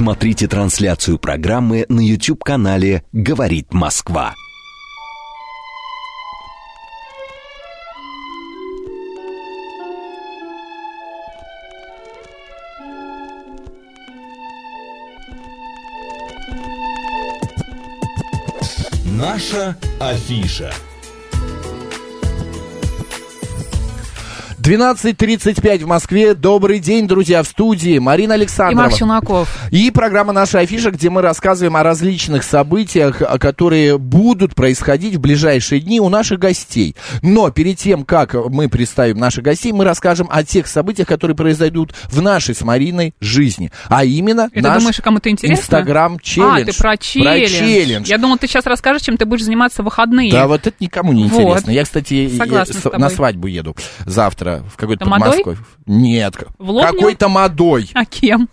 Смотрите трансляцию программы на YouTube-канале «Говорит Москва». Наша афиша. 12.35 в Москве. Добрый день, друзья, в студии Марина И Александрова. Марк Челноков. И программа «Наша афиша», где мы рассказываем о различных событиях, о- которые будут происходить в ближайшие дни у наших гостей. Но перед тем, как мы представим наших гостей, мы расскажем о тех событиях, которые произойдут в нашей с Мариной жизни. А именно И ты наш думаешь, кому-то интересно? Инстаграм-челлендж. А, ты про челлендж. челлендж. Я думал, ты сейчас расскажешь, чем ты будешь заниматься в выходные. Да, вот это никому не Вот. интересно. Я, кстати, е- Согласна с- с тобой. на свадьбу еду завтра в какой-то Тамадой? Подмосковье. Нет, В Лобню? какой-то модой. А кем?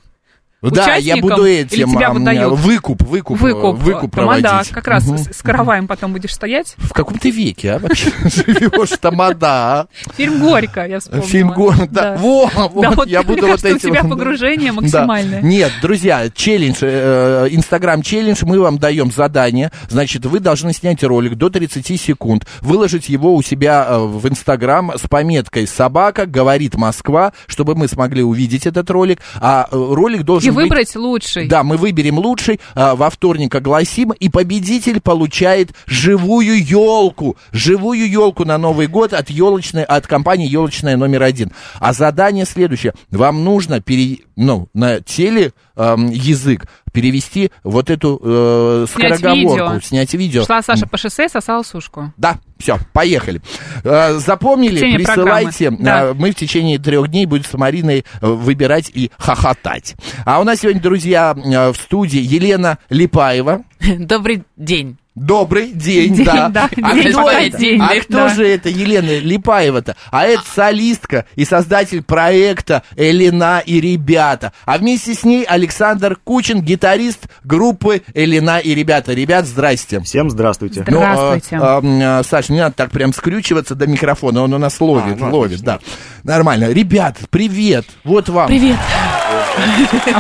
Да, я Участником? буду Или этим тебя а, м, выдают? выкуп, выкуп, э, Выкуп. выкуп Тамада, проводить. как раз Мгм. с, с караваем потом будешь стоять. В каком ты веке, а, вообще живешь, тамада, Фильм «Горько», я а? вспомнила. Фильм «Город», да, во, Да, вот, вот я мне буду вот кажется, этим. у тебя погружение Да. максимальное. Нет, друзья, челлендж, э, инстаграм-челлендж, мы вам даем задание, значит, вы должны снять ролик до 30 секунд, выложить его у себя э, в инстаграм с пометкой «Собака говорит Москва», чтобы мы смогли увидеть этот ролик, а э, ролик должен быть... И выбрать лучший. Да, мы выберем лучший, а, во вторник огласим, и победитель получает живую елку, живую елку на Новый год от елочной, от компании елочная номер один. А задание следующее: вам нужно пере, ну, на теле эм, язык перевести вот эту э, Снять скороговорку, видео. снять видео. Шла Саша по шоссе, сосала сушку. Да, все, поехали. Э, Запомнили, К теме присылайте. программы. Да. Э, Мы в течение трех дней будем с Мариной э, выбирать и хохотать. А у нас сегодня, друзья, э, в студии Елена Липаева. Добрый день. Добрый день, День, да. да. А, День, кто, пока это? день, а да. кто же это Елена Липаева-то? А это солистка и создатель проекта «Элена и ребята». А вместе с ней Александр Кучин, гитарист группы «Элена и ребята». Ребят, здрасте. Всем здравствуйте. Здра- Ну, Здравствуйте. а, а, м, а, Саш, не надо так прям скрючиваться до микрофона, он у нас ловит, ловит, да. Нормально. Ребят, привет, вот вам. Привет.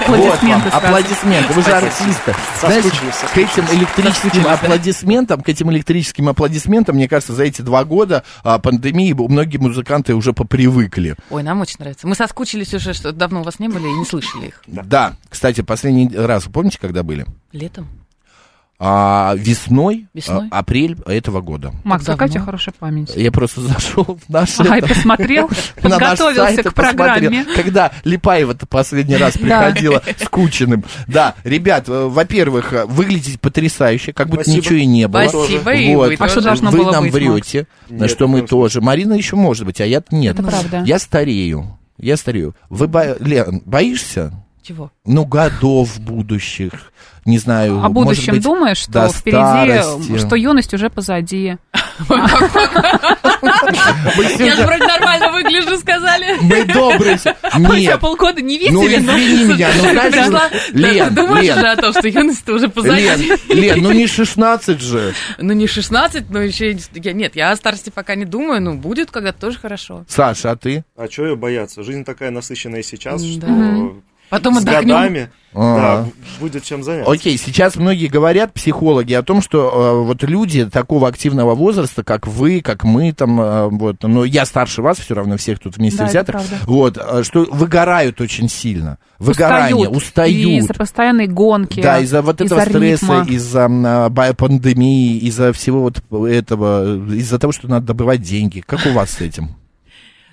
Вот вам. Аплодисменты сразу. Аплодисменты, вы же артисты. Знаешь, Соскучились, к этим электрическим аплодисментам, к этим электрическим аплодисментам, мне кажется, за эти два года а, пандемии многие музыканты уже попривыкли. Ой, нам очень нравится. Мы соскучились уже, что давно у вас не были и не слышали их. Да, кстати, последний раз, вы помните, когда были? Летом. А, весной, Весной. а, апрель этого года. Макс, какая Как у давно? тебя хорошая память. Я просто зашел в наш... Ай, это- посмотрел, на наш сайт подготовился и к посмотрел, программе. Когда Липаева-то последний раз приходила с Кучиным. Да, ребят, э, во-первых, э, выглядите потрясающе, как будто Спасибо. ничего и не было. Спасибо, и Вот. вы А что тоже. должно Вы было нам быть, врете, на Нет, что мы потому что- тоже. Марина еще может быть, а я нет. Это правда. Я старею. Я старею. Вы бо- Лен, боишься? Чего? Ну, годов будущих. Не знаю. О Э, может будущем быть, думаешь, что до впереди, старости. что юность уже позади. мы Я же сегодня- вроде нормально выгляжу, сказали. Мы добрые. Мы тебя Нет. полгода не видели. Ну, извини меня, ну, ты знаешь, пришла, Лен, да, думаешь Лен. же о том, что юность уже позади. Лен, Лен, ну не 16 же. Ну, не 16, но еще... и- я- Нет, я о старости пока не думаю, но будет когда-то тоже хорошо. Саша, а ты? А чего ее бояться? Жизнь такая насыщенная сейчас, М-да. что Потом с отдохнем. годами да, Ага. б- будет чем заняться. Окей, сейчас многие говорят, психологи, о том, что э, вот люди такого активного возраста, как вы, как мы, там, э, вот, но я старше вас все равно, всех тут вместе Да, это взятых, правда. вот, э, что выгорают очень сильно. Выгорание, И устают. Из-за постоянной гонки. Да, из-за вот этого из-за стресса, ритма. из-за м, а, ба- пандемии, из-за всего вот этого, из-за того, что надо добывать деньги. Как у вас с этим?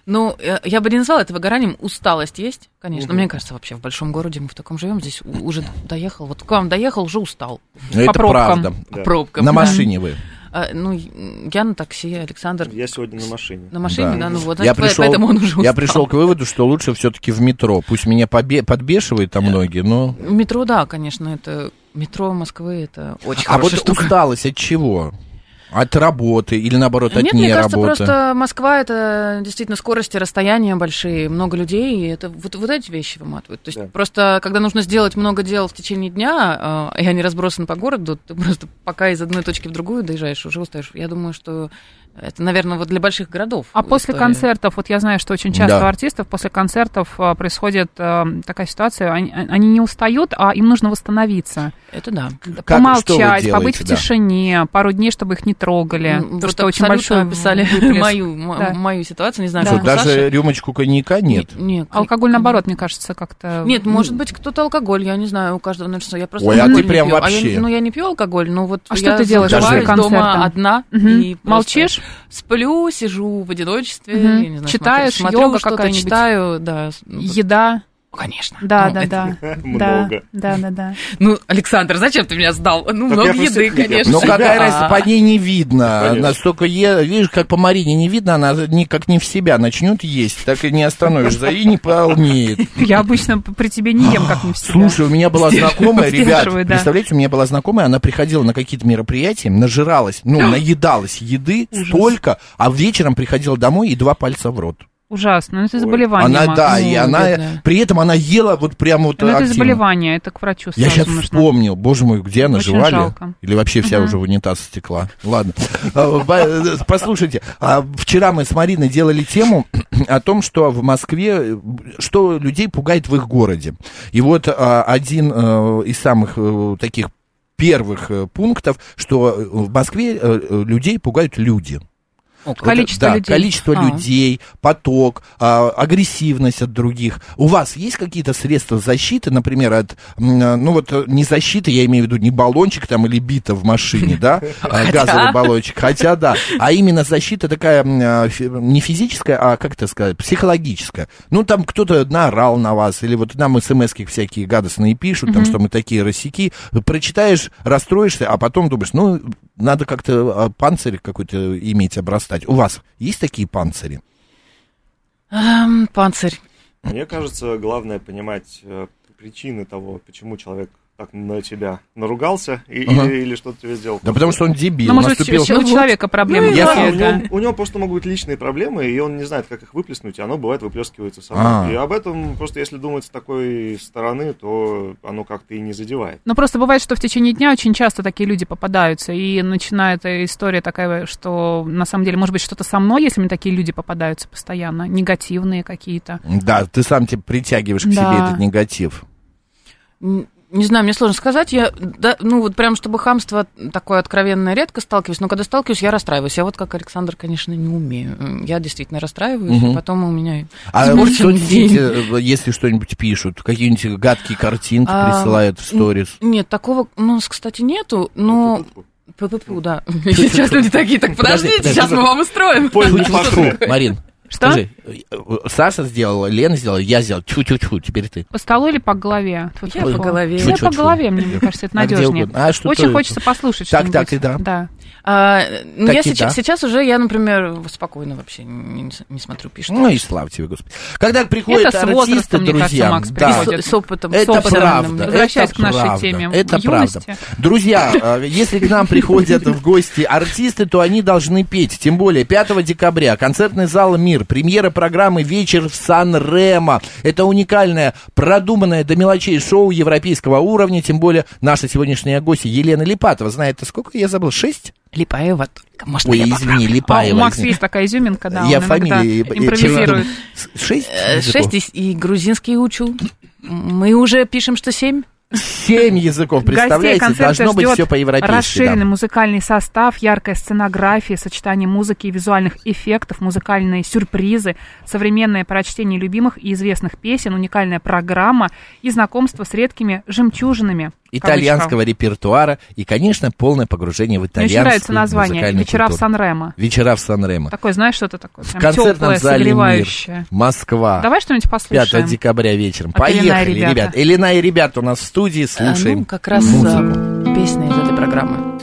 Ну, э, я бы не назвала это выгоранием. Усталость есть, конечно. Мгм. Мне кажется, вообще в большом городе мы в таком живем. Здесь у- уже доехал. Вот к вам доехал, уже устал. Это пробкам. правда. Да. Пробка. На Да. машине вы. А, ну, я на такси, Александр Я сегодня на машине. на машине, Да. да, ну вот, значит, по- поэтому он уже устал. я пришел к выводу, что лучше все-таки в метро. Пусть меня побе- подбешивает там многие, но... Метро, да, конечно, это... Метро Москвы, это очень А вот хорошая штука. усталость от чего? От работы или наоборот от Нет, мне кажется, неработы? просто Москва это действительно скорости, расстояния большие, много людей, и это вот, вот эти вещи выматывают. То есть Да. просто, когда нужно сделать много дел в течение дня, а, э, и они разбросаны по городу, ты просто пока из одной точки в другую доезжаешь, уже устаешь. Я думаю, что Это, наверное, вот для больших городов. А после история. концертов, вот я знаю, что очень часто Да. у артистов после концертов а, происходит а, такая ситуация, они, они не устают, а им нужно восстановиться, Это да. что вы помолчать, делаете, побыть в да. тишине, пару дней, чтобы их не трогали, М, потому Ну, вот что очень абсолютно большой описали выплеск. мою, м- Да. мою ситуацию, не знаю, Да. как Что, у даже Саши. рюмочку коньяка нет. Не- не, А Алкоголь, наоборот, мне кажется, как-то... Нет, М, может быть, кто-то алкоголь, я не знаю, у каждого, ну что, я просто Ой, а ты алкоголь не прям пью. А я- вообще. ну, я не пью алкоголь, ну вот А я что ты делаешь после закрываюсь концерта? дома одна мгм. и просто Молчишь? Сплю, сижу в одиночестве, Мгм. я не знаю, Читаешь, смотрю, йога смотрю что-то, какая-нибудь? читаю, да. с- ну, Еда, вот, конечно. да, Ну, да, это- да. Да, Много. да, да, да. Ну, Александр, зачем ты меня сдал? Ну, Так я много просто еды, их не конечно. А. ем. Ну, Себя. какая разница, по ней не видно. Конечно. Настолько е... Видишь, как по Марине не видно, она ни- как не в себя начнет есть, так и не остановишься, и не полнеет. Я обычно при тебе не ем, как не в себя. Слушай, у меня была знакомая, ребят, Сдерживаю, да. представляете, у меня была знакомая, она приходила на какие-то мероприятия, нажиралась, ну, наедалась еды столько, а вечером приходила домой и два пальца в рот. Ужасно, ну это Ой. заболевание, Она, Маш. да, и Ну, она, бедная. при этом она ела вот прям вот Ну это активно. заболевание, это к врачу сразу Я сейчас нужно. вспомнил, боже мой, где она Очень жевали? жалко. Или вообще вся уже в унитаз стекла. Ладно. А, ба- Послушайте, а вчера мы с Мариной делали тему о том, что в Москве, э, что людей пугает в их городе. И вот а, один э, из самых э, таких первых э, пунктов, что э, в Москве э, э, людей пугают люди. О, Вот это- Количество Э, да, людей. количество А. людей, поток, а, агрессивность от других. У вас есть какие-то средства защиты, например, от, м, э, ну вот э, не защиты, я имею в виду не баллончик там или бита в машине, да, а, газовый баллончик, хотя да, а именно защита такая м, э, фи- не физическая, а как это сказать, психологическая. Ну там кто-то наорал на вас, или вот нам смс всякие гадостные пишут, там, что мы такие рассеки, прочитаешь, расстроишься, а потом думаешь, ну, надо как-то а, панцирь какой-то иметь, обрастать. У вас есть такие панцири? Эм, Панцирь. Мне кажется, главное понимать э, причины того, почему человек так на тебя наругался и- Ага. или, или что-то тебе сделал. Да потому что он дебил. Ну, может быть, наступил- у человека проблемы Ну, я- Да, у, какие-то. него, у него просто могут быть личные проблемы, и он не знает, как их выплеснуть, и оно бывает выплескивается само. А. И об этом просто если думать с такой стороны, то оно как-то и не задевает. Но Ну, просто бывает, что в течение дня очень часто такие люди попадаются, и начинает э, история такая, что на самом деле, может быть, что-то со мной, если мне такие люди попадаются постоянно, негативные какие-то. Да, ты сам тебе притягиваешь к себе Да. этот негатив. Н- Не знаю, мне сложно сказать. Я, да, ну, вот прям, чтобы хамство такое откровенное редко сталкиваюсь, но когда сталкиваюсь, я расстраиваюсь. Я вот как Александр, конечно, не умею. М, Я действительно расстраиваюсь, Мгм. и потом у меня... А Очень в соцсети, э, если что-нибудь пишут, какие-нибудь гадкие картинки А, присылают в сторис. Нет, такого у нас, кстати, нету, но... Ту-ту-ту. Пу-пу-пу, да. Сейчас люди такие, так Подожди, подождите, подожди. сейчас мы вам устроим. Понял, Тьфу-тьфу-тьфу. пошли. Марин, Что? скажи, э, э, Саша сделала, Лена сделала, я сделал, чу-чу-чу, теперь ты. По столу или по голове? Тьфу-тьфу. Я по голове. Я Чу-чу-чу. по голове, мне мне кажется, это А где надежнее. угодно. А что Очень ты- хочется послушать Так, что-нибудь. так, и да. Да. А, ну, я Таки да. сейчас, сейчас уже, я, например, спокойно вообще не, не с- не смотрю, пишут. Ну и слава тебе, Господи. Когда приходят Это с артисты, возрастом, мне кажется, друзья, Макс, да. приходит. с, с опытом. с Это опытом. правда. Возвращаясь это к нашей правда, теме Это юности. правда. Друзья, э, если к нам приходят в гости артисты, то они должны петь. Тем более 5 декабря концертный зал «Мир», премьера программы «Вечер в Сан-Ремо». Это уникальное, продуманное до мелочей шоу европейского уровня. Тем более наша сегодняшняя гостья Елена Липатова знает, сколько я забыл, 6? Липаева только. Можно Ой, я попробую? извини, А у Липаева. Макса извини. есть такая изюминка, да, я он иногда фамилии э, импровизирует. чего- Шесть? Э, языков? Шесть и, и грузинский учу. Мы уже пишем, что семь. Семь языков, Гостей Ну, представляете? концерта Должно быть ждет все по-европейски. да. Расширенный музыкальный состав, яркая сценография, сочетание музыки и визуальных эффектов, музыкальные сюрпризы, современное прочтение любимых и известных песен, уникальная программа и знакомство с редкими жемчужинами. в итальянского репертуара и, конечно, полное погружение в кавычках. Мне очень итальянскую нравится название музыкальную «Вечера в культуру. Сан-Ремо». Вечера в Сан-Ремо. Такое, знаешь, что-то такое В прям концертном теплое, зале «Мир». А. согревающее. Москва. Давай 5 что-нибудь послушаем. декабря вечером. От Ильина и Поехали, ребята. Э, ребят. Элина и ребята у нас в студии. А, Ну, Слушаем. как раз музыку. а, песня из этой программы.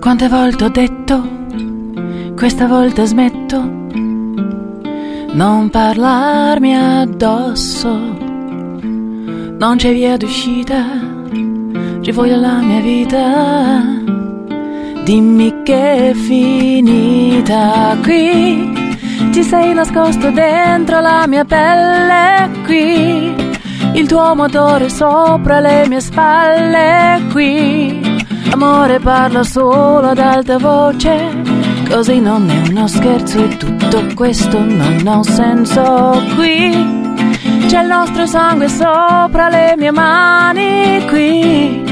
Quante volte ho detto, questa volta smetto, non parlarmi addosso, non c'è via d'uscita, ci voglio la mia vita, dimmi che è finita qui, ti sei nascosto dentro la mia pelle qui, Il tuo motore sopra le mie spalle qui. Amore parla solo ad alta voce, così non è uno scherzo e tutto questo non ha un senso qui. C'è il nostro sangue sopra le mie mani qui.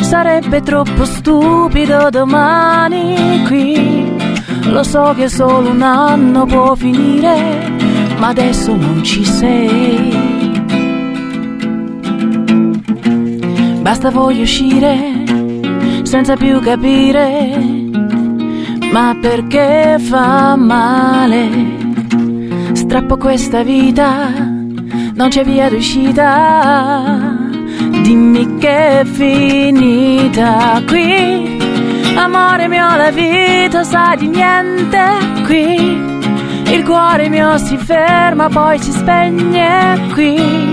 Sarebbe troppo stupido domani qui. Lo so che solo un anno può finire, ma adesso non ci sei. Basta voglio uscire senza più capire, ma perché fa male. Strappo questa vita, non c'è via d'uscita. Dimmi che è finita qui. Amore mio, la vita sa di niente qui. Il cuore mio si ferma, poi si spegne qui.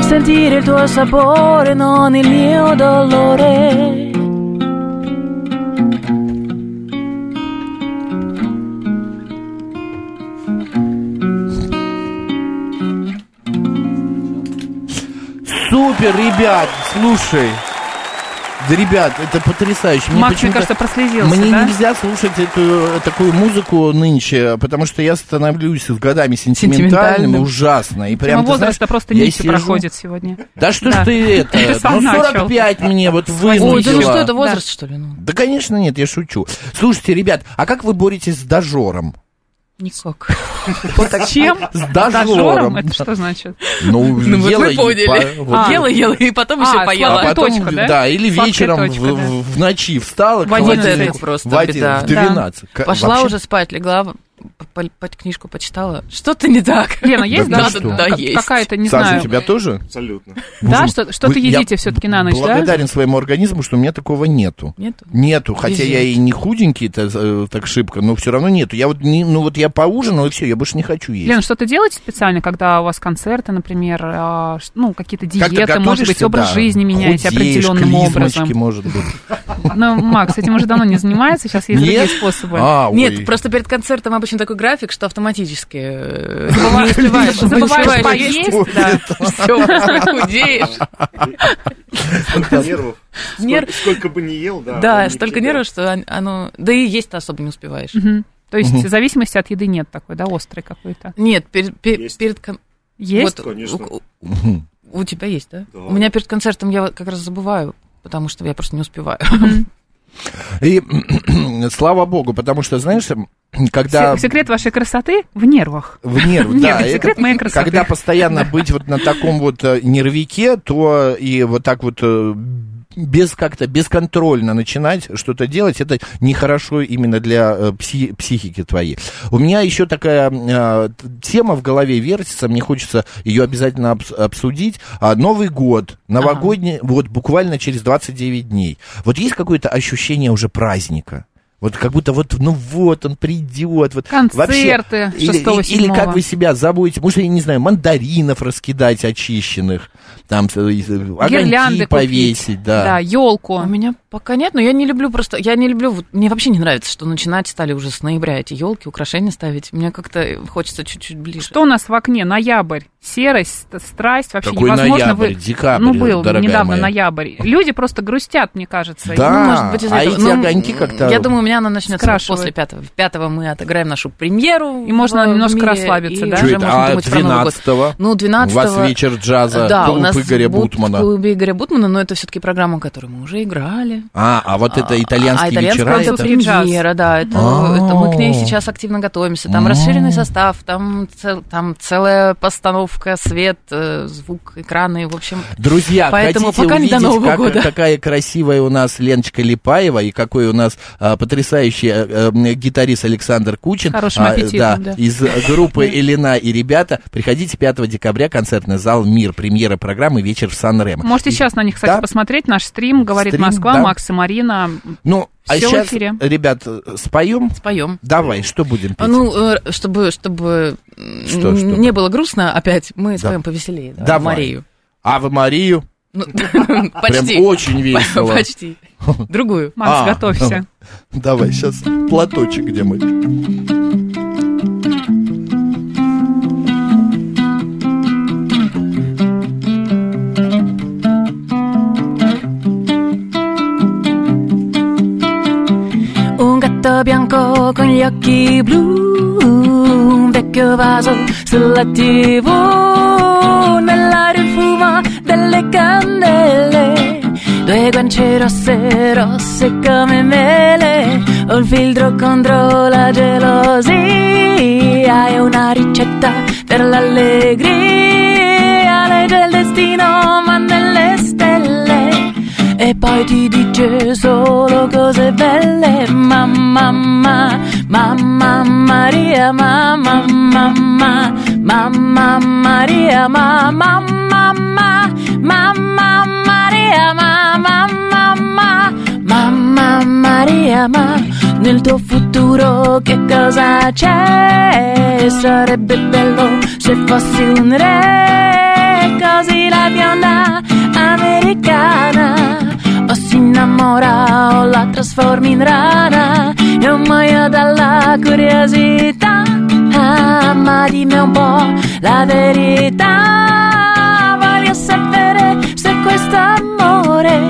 Sentire il tuo sapore, non il mio dolore. Супер, ребят, слушай. Да, ребят, это потрясающе. Мне Макс, мне почему-то- кажется, прослезился, Мне да? нельзя слушать эту, э, такую музыку нынче, потому что я становлюсь с годами сентиментальным, Сентиментальным. ужасно. И прям, Прямо ты знаешь, возраст просто я нитью сижу- проходит сегодня. Да что Да. ж ты это? Сам Ну, начал. 45 мне вот Ой, да вынудила. ну что это, возраст, что ли? Ну, Да, конечно, нет, я шучу. Слушайте, ребят, а как вы боретесь с дожором? никак. С чем? С Дожором? дожором. Это что значит? Ну, Ну, вот ела вы и поняли. по- вот. А. Ела, ела, и потом еще А, поела. сладкая точка, да? или Сладкая вечером в- точка, в, да. в ночи встала. В к Вот одиннадцать. это холодильнику, просто в один- беда. в 12. К- Пошла вообще- уже спать, легла, п- п- под книжку почитала. Что-то не так. Лена, есть Да да, что? Да, как- есть. какая-то, не Саша, знаю, у тебя тоже? Абсолютно. да, Боже что- мой. что-то Вы- я едите всё-таки на ночь, да? благодарен своему организму, что у меня такого нету. Нету? Нету, хотя Везет. я и не худенький -то, так шибко, но все равно нету. Я вот, не, ну вот я поужинал и все, я больше не хочу есть. Лена, что-то делаете специально, когда у вас концерты, например, а, ш- ну, какие-то Как-то диеты, может быть, готовишься, образ да, жизни меняете худеешь, определенным клизмочки, образом. может быть. Ну, Макс, этим уже давно не занимается, сейчас есть Нет? другие способы. А, ой. Нет, просто перед концертом обычно такой график, что автоматически э, Забыва- не успеваешь. Забываешь Успеваешь поесть, да. Все, худеешь. Столько нервов. Нер- Сколько, сколько бы ни ел, да. Да, он столько никогда- нервов, что он- оно... Да и есть-то особо не успеваешь. Мгм. То есть зависимости от еды нет такой, да, острой какой-то. Нет, перед... пер- Есть. перед кон- Есть? вот, Конечно. у- у- У тебя есть, да? Да. У меня перед концертом я вот как раз забываю, потому что я просто не успеваю. И слава богу, потому что, знаешь, когда... Се- Секрет вашей красоты в нервах. В нерв, Нет, да. это секрет моей красоты. Когда постоянно быть вот на таком вот э, нервике, то и вот так вот э, без как-то бесконтрольно начинать что-то делать, это нехорошо именно для э, пси- психики твоей. У меня еще такая э, т- тема в голове вертится, мне хочется ее обязательно обс- обсудить. А, Новый год, новогодний, вот буквально через 29 дней. Вот есть какое-то ощущение уже праздника? Вот как будто вот, ну вот он придет. Вот. Вообще, Концерты или, 6-го, и- или как 7-го. вы себя забудете? Может, я не знаю, мандаринов раскидать очищенных, там э, из- э, огоньки Гирлянды повесить, Да, да. елку. У меня пока нет, но я не люблю просто, я не люблю, вот мне вообще не нравится, что начинать стали уже с ноября эти елки, украшения ставить. Мне как-то э, хочется чуть-чуть ближе. Что у нас в окне? Ноябрь. Серость, ст- страсть, вообще Какой невозможно. ноябрь, вы- декабрь, ну, был дорогая недавно моя. ноябрь. Люди просто грустят, мне кажется. Да, Ну, может быть, из а этого. эти Ну, огоньки как-то... Я думаю, у меня она начнется вот Скрашивает. после пятого. В Пятого мы отыграем нашу премьеру. И можно в- в немножко мире, расслабиться, и да? Чё уже это? можно а думать про Новый год. 12 Ну, 12 у вас вечер джаза, да, клуб у нас Игоря будет Бутмана. клуб Игоря Бутмана, но это все-таки программа, которую мы уже играли. А, а вот это итальянские а, итальянская вечера, это это... фри- джаз. премьера, да, это, А. это мы к ней сейчас активно готовимся. Там М. расширенный состав, там, цел- там целая постановка, свет, э, звук, экраны, в общем. Друзья, Поэтому хотите пока не увидеть, до Нового как- года. какая красивая у нас Леночка Липаева и какой у нас а, потрясающий э, э, гитарист Александр Кучин. Хорошим а, аппетитом, да, да. Из группы «Элена и ребята». Приходите 5 декабря, концертный зал «Мир», премьера программы «Вечер в Сан-Ремо». Можете И- сейчас на них, кстати, Да. посмотреть. Наш стрим «Говорит Стрим, Москва», да. Макс и Марина. Ну, а всё в сейчас, эфире. ребят, э, споем? Споем. Давай, что будем петь? Ну, э, чтобы, чтобы м, Что, чтобы? не было грустно опять, мы Да. споем повеселее. да, Давай. Марию. Ава Марию. Ну, Прям Почти. очень весело. Почти. Другую. Макс, А. готовься. Давай, сейчас платочек где мы. blu con gli occhi blu, un vecchio vaso sulla tv, nell'aria il fumo delle candele, due guance rosse, rosse come mele, ho il filtro contro la gelosia e una ricetta per l'allegria, legge il destino ma nelle stelle e poi ti dice solo cose belle mamma mamma mamma Maria mamma mamma mamma Maria mamma mamma mamma Maria mamma mamma mamma Maria ma nel tuo futuro che cosa c'è sarebbe bello se fossi un re così la bionda americana o si innamora o la trasformi in rana e un muoio dalla curiosità Ah, ma dimmi un po' la verità voglio sapere se questo amore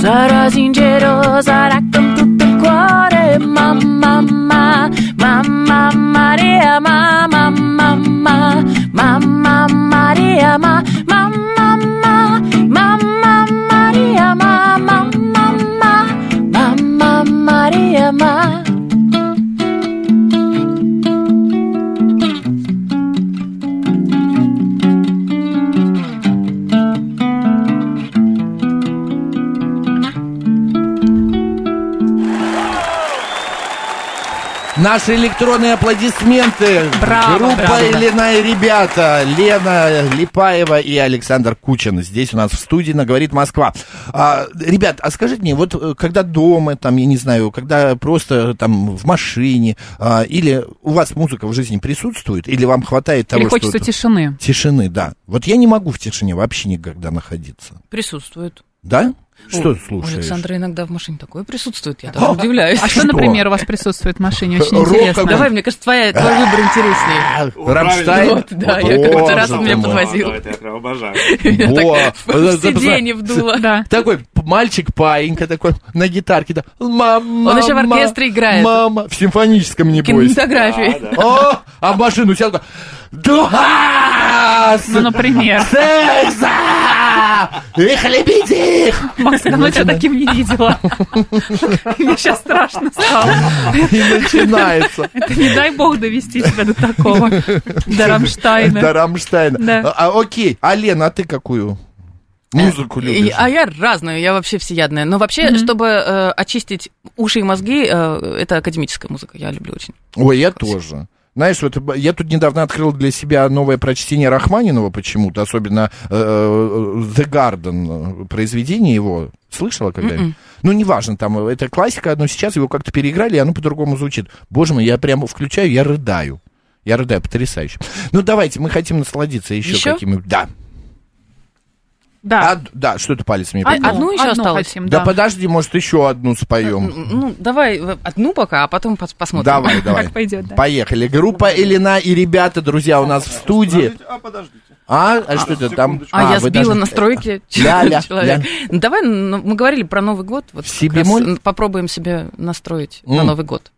sarà sincero sarà con tutto il cuore mamma mamma mamma Maria mamma mamma mamma Maria ma mamma mamma mamma Maria ma mamma mamma mamma Maria ma Наши электронные аплодисменты. Браво, Группа браво. «Елена и ребята. Лена Липаева и Александр Кучин. Здесь у нас в студии на «Говорит Москва». А, ребят, а скажите мне, вот э, когда дома, там, я не знаю, когда просто там в машине, а, или у вас музыка в жизни присутствует, или вам хватает того, Или хочется что... тишины. Тишины, да. Вот я не могу в тишине вообще никогда находиться. Присутствует. Да? Что У слушаешь? Александра иногда в машине такое присутствует, я даже удивляюсь. А что, Что? например, у вас присутствует в машине? Очень Рок интересно. какой-то. Давай, мне кажется, твоя, Э? твой выбор интереснее. А, Рамштайн? Вот, да, Вот, я как-то боже раз он ты меня мой. подвозил. Да, это я прям обожаю. Меня Во. так Это- в это- сиденье вдуло. Да. Такой мальчик паинька такой на гитарке, да, мама. Он еще в оркестре играет. Мама в симфоническом не бойся. Кинематографии. Да, да. О, а в машину сел такой, Дуас! Ну, например. Секса! Их любите! их!» Макс, давно тебя таким не видела. Мне сейчас страшно стало. И начинается. Это не дай бог довести тебя до такого. До До Рамштайна. Рамштайна. Да. А, окей, а Лена, а ты какую музыку любишь? И- А я разную, я вообще всеядная. Но вообще, чтобы э, очистить уши и мозги, э, это академическая музыка. Я люблю очень. Ой, я тоже. Знаешь, вот я тут недавно открыл для себя новое прочтение Рахманинова почему-то, особенно э, The Garden, э, произведение его. Слышала когда-нибудь? Ну, неважно, там, э, это классика, но сейчас его как-то переиграли, и оно по-другому звучит. Боже мой, я прямо включаю, я рыдаю. Я рыдаю, потрясающе. Ну, давайте, мы хотим насладиться еще, Ещё? какими-нибудь. Да. Да. А, да, что ты палец мне А- поднял? одну еще осталось? хотим, Да М-м, да. подожди, может, еще одну споем. Ну, давай э, одну пока, а потом пос- посмотрим. Давай, давай. Как пойдет, да. Поехали. Группа Элина и ребята, друзья, у нас в студии. Подождите, А, подождите. А, а что это там? А, я вы сбила даже- настройки Ля-ля, человека. ля. Ну, Давай, ну, мы говорили про Новый год. Вот В как си раз, бемоль? м, Попробуем себе настроить М. на Новый год.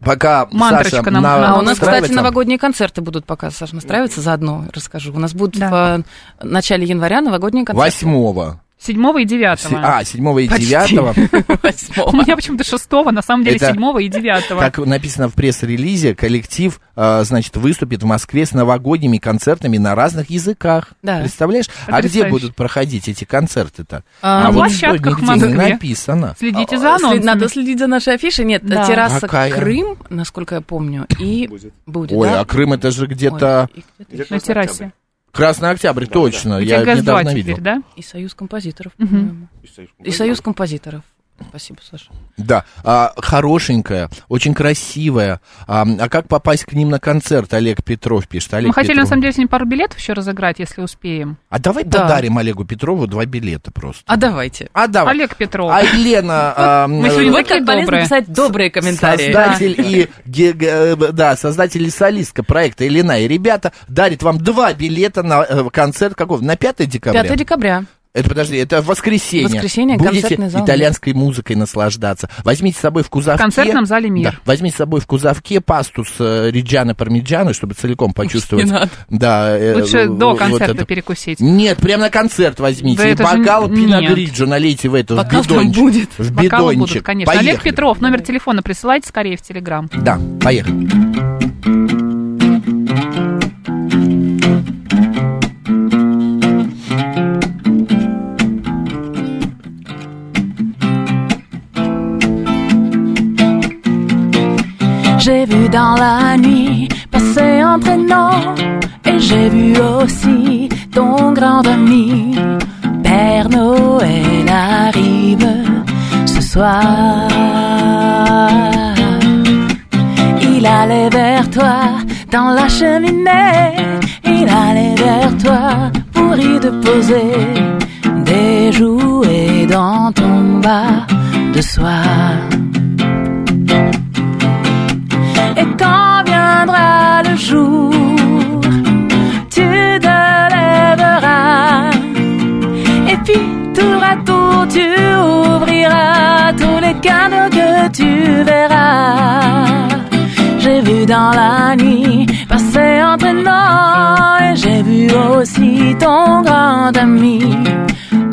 Пока Мантрочка Саша нам- на- А А, у нас, кстати, настраивается. новогодние концерты будут пока, Саш, настраиваться заодно, расскажу. У нас будут Да. в э, начале января новогодние концерты. Восьмого. Седьмого и Се- девятого. А, седьмого и Почти. девятого. У Восьмого. меня почему-то шестого, на самом деле Это- седьмого и девятого. Как написано в пресс-релизе, коллектив, э, значит, выступит в Москве с новогодними концертами на разных языках. Да. Представляешь? А где Потрясающе. будут проходить эти концерты-то? А, а на вот что площадках в нигде не Москве. написано. Следите А, за след- анонсами. Надо следить за нашей афишей. Нет, Да. терраса А Какая? Крым, насколько я помню, и Будет. будет. Ой, да? а Крым это же Ой, где-то и где-то еще. Где На Красный террасе. Красный Октябрь, Да, точно. Где Я газ недавно видел. теперь, да? И союз композиторов, Мгм. по-моему. И союз. И союз композиторов. Спасибо, Саша. Да, а, хорошенькая, очень красивая. А, а как попасть к ним на концерт? Олег Петров пишет. Олег Мы хотели, на Петров. самом деле, с ним пару билетов еще разыграть, если успеем. А давай Да. подарим Олегу Петрову два билета просто. А давайте. А давай. Олег Петров. Ну, А Елена, ам, мы сегодня э, Вот такие как полезно добрые. писать добрые комментарии. создатель и ге- ге- э, да, создатель и солистка проекта Елена и ребята дарит вам два билета на э, концерт какого? На 5 декабря? 5 декабря. Это подожди, это воскресенье. Воскресенье, Будете концертный зал. итальянской музыкой наслаждаться. Возьмите с собой в кузовке. В концертном зале «Мир». Да, возьмите с собой в кузовке пасту с э, риджано пармиджано, чтобы целиком почувствовать. Не надо. Да. э, Лучше э, до вот концерта это. перекусить. Нет, прям на концерт возьмите. Да и это же бокал н- пино нет. гриджо налейте в это, в Бокал там бидончик. будет. В Бокалы бидончик. будут, конечно. Поехали. Олег Петров, номер телефона присылайте скорее в Телеграм. Да, поехали. J'ai vu dans la nuit passer un traîneau et j'ai vu aussi ton grand ami. Père Noël arrive ce soir. Il allait vers toi dans la cheminée. Il allait vers toi pour y déposer des jouets dans ton bas de soie. Et quand viendra le jour, tu te lèveras. Et puis tour à tour, tu ouvriras tous les cadeaux que tu verras. J'ai vu dans la nuit passer un traîneau et j'ai vu aussi ton grand ami.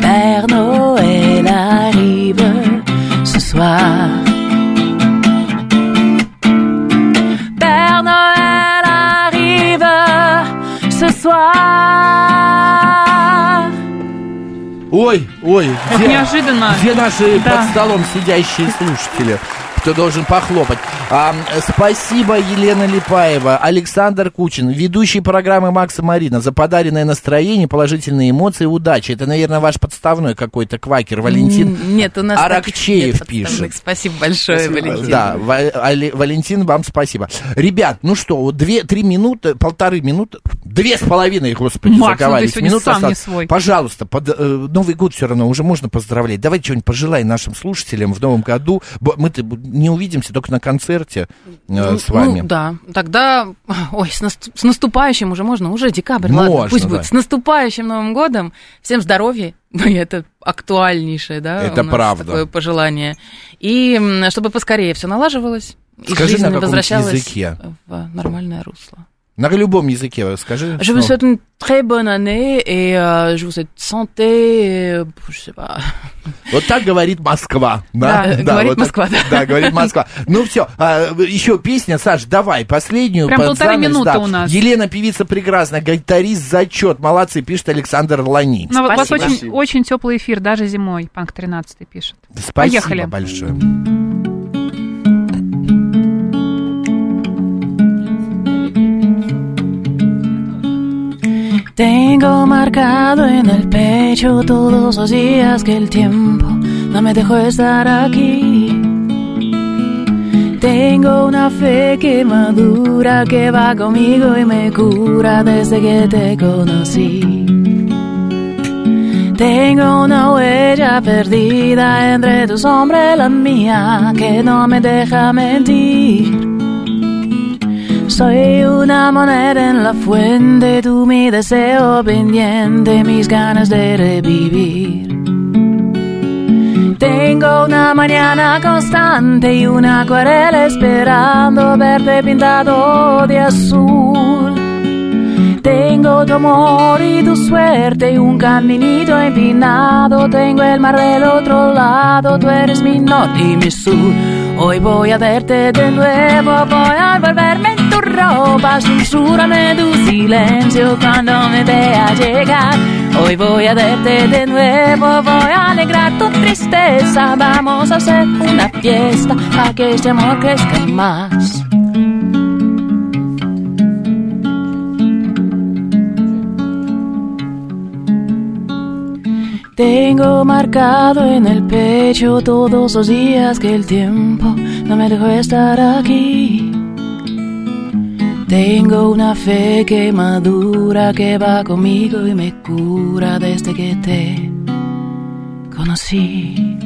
Père Noël arrive ce soir. Père Noël arrive ce soir. Ой, ой, Как где, неожиданно. где наши Да. под столом сидящие слушатели? Кто должен похлопать. А, м, спасибо, Елена Липаева, Александр Кучин, ведущий программы Макса Марина за подаренное настроение, положительные эмоции, удачи. Это, наверное, ваш подставной какой-то квакер Валентин. М, Нет, у нас таких Аракчеев нет пишет. подставных. Спасибо большое, Валентин. Да, Ва- Али- Валентин, вам спасибо. Ребят, ну что, вот две, три минуты, полторы минуты, две с половиной, господи, Макс, ну ты заговаривались. сегодня Минут сам не осталось. свой. Пожалуйста, под, э, Новый год все равно уже можно поздравлять. Давайте что-нибудь пожелай нашим слушателям в Новом году. Б- Мы-то б- не увидимся только на концерте э, Ну, с вами. ну, да, тогда, ой, с, насту- с наступающим уже можно, уже декабрь, Можно, ладно, пусть да. будет. С наступающим Новым годом, всем здоровья, Ну, и это актуальнейшее, да, Это у нас правда. такое пожелание. И м, чтобы поскорее все налаживалось, и Скажи жизнь на каком-нибудь возвращалась языке. в нормальное русло. На любом языке скажи. Je vous снова. souhaite une très bonne année, et euh, je vous souhaite santé, et, euh, je sais pas. Вот так говорит Москва. Да, говорит вот Москва, так. да. Да, говорит Москва. Ну все, еще песня, Саш, давай, последнюю. Прям под полторы занавес, минуты да. у нас. Елена, певица прекрасная, гитарист, зачет, молодцы, пишет Александр Лани. Но Ну, у вас Спасибо. очень, Спасибо. очень теплый эфир, даже зимой, Панк 13 пишет. Спасибо поехали. большое. Tengo marcado en el pecho todos los días que el tiempo no me dejó estar aquí. Tengo una fe que madura, que va conmigo y me cura desde que te conocí. Tengo una huella perdida entre tu sombra y la mía que no me deja mentir. Soy una moneda en la fuente, tú mi deseo pendiente, mis ganas de revivir. Tengo una mañana constante y una acuarela esperando verte pintado de azul. Tengo tu amor y tu suerte y un caminito empinado. Tengo el mar del otro lado, tú eres mi norte y mi sur. Hoy voy a verte de nuevo, voy a envolverme en tu ropa. Susurrame tu silencio cuando me vea llegar. Hoy voy a verte de nuevo, voy a alegrar tu tristeza. Vamos a hacer una fiesta para que este amor crezca más. Tengo marcado en el pecho todos los días que el tiempo no me dejó estar aquí. Tengo una fe que madura, que va conmigo y me cura desde que te conocí.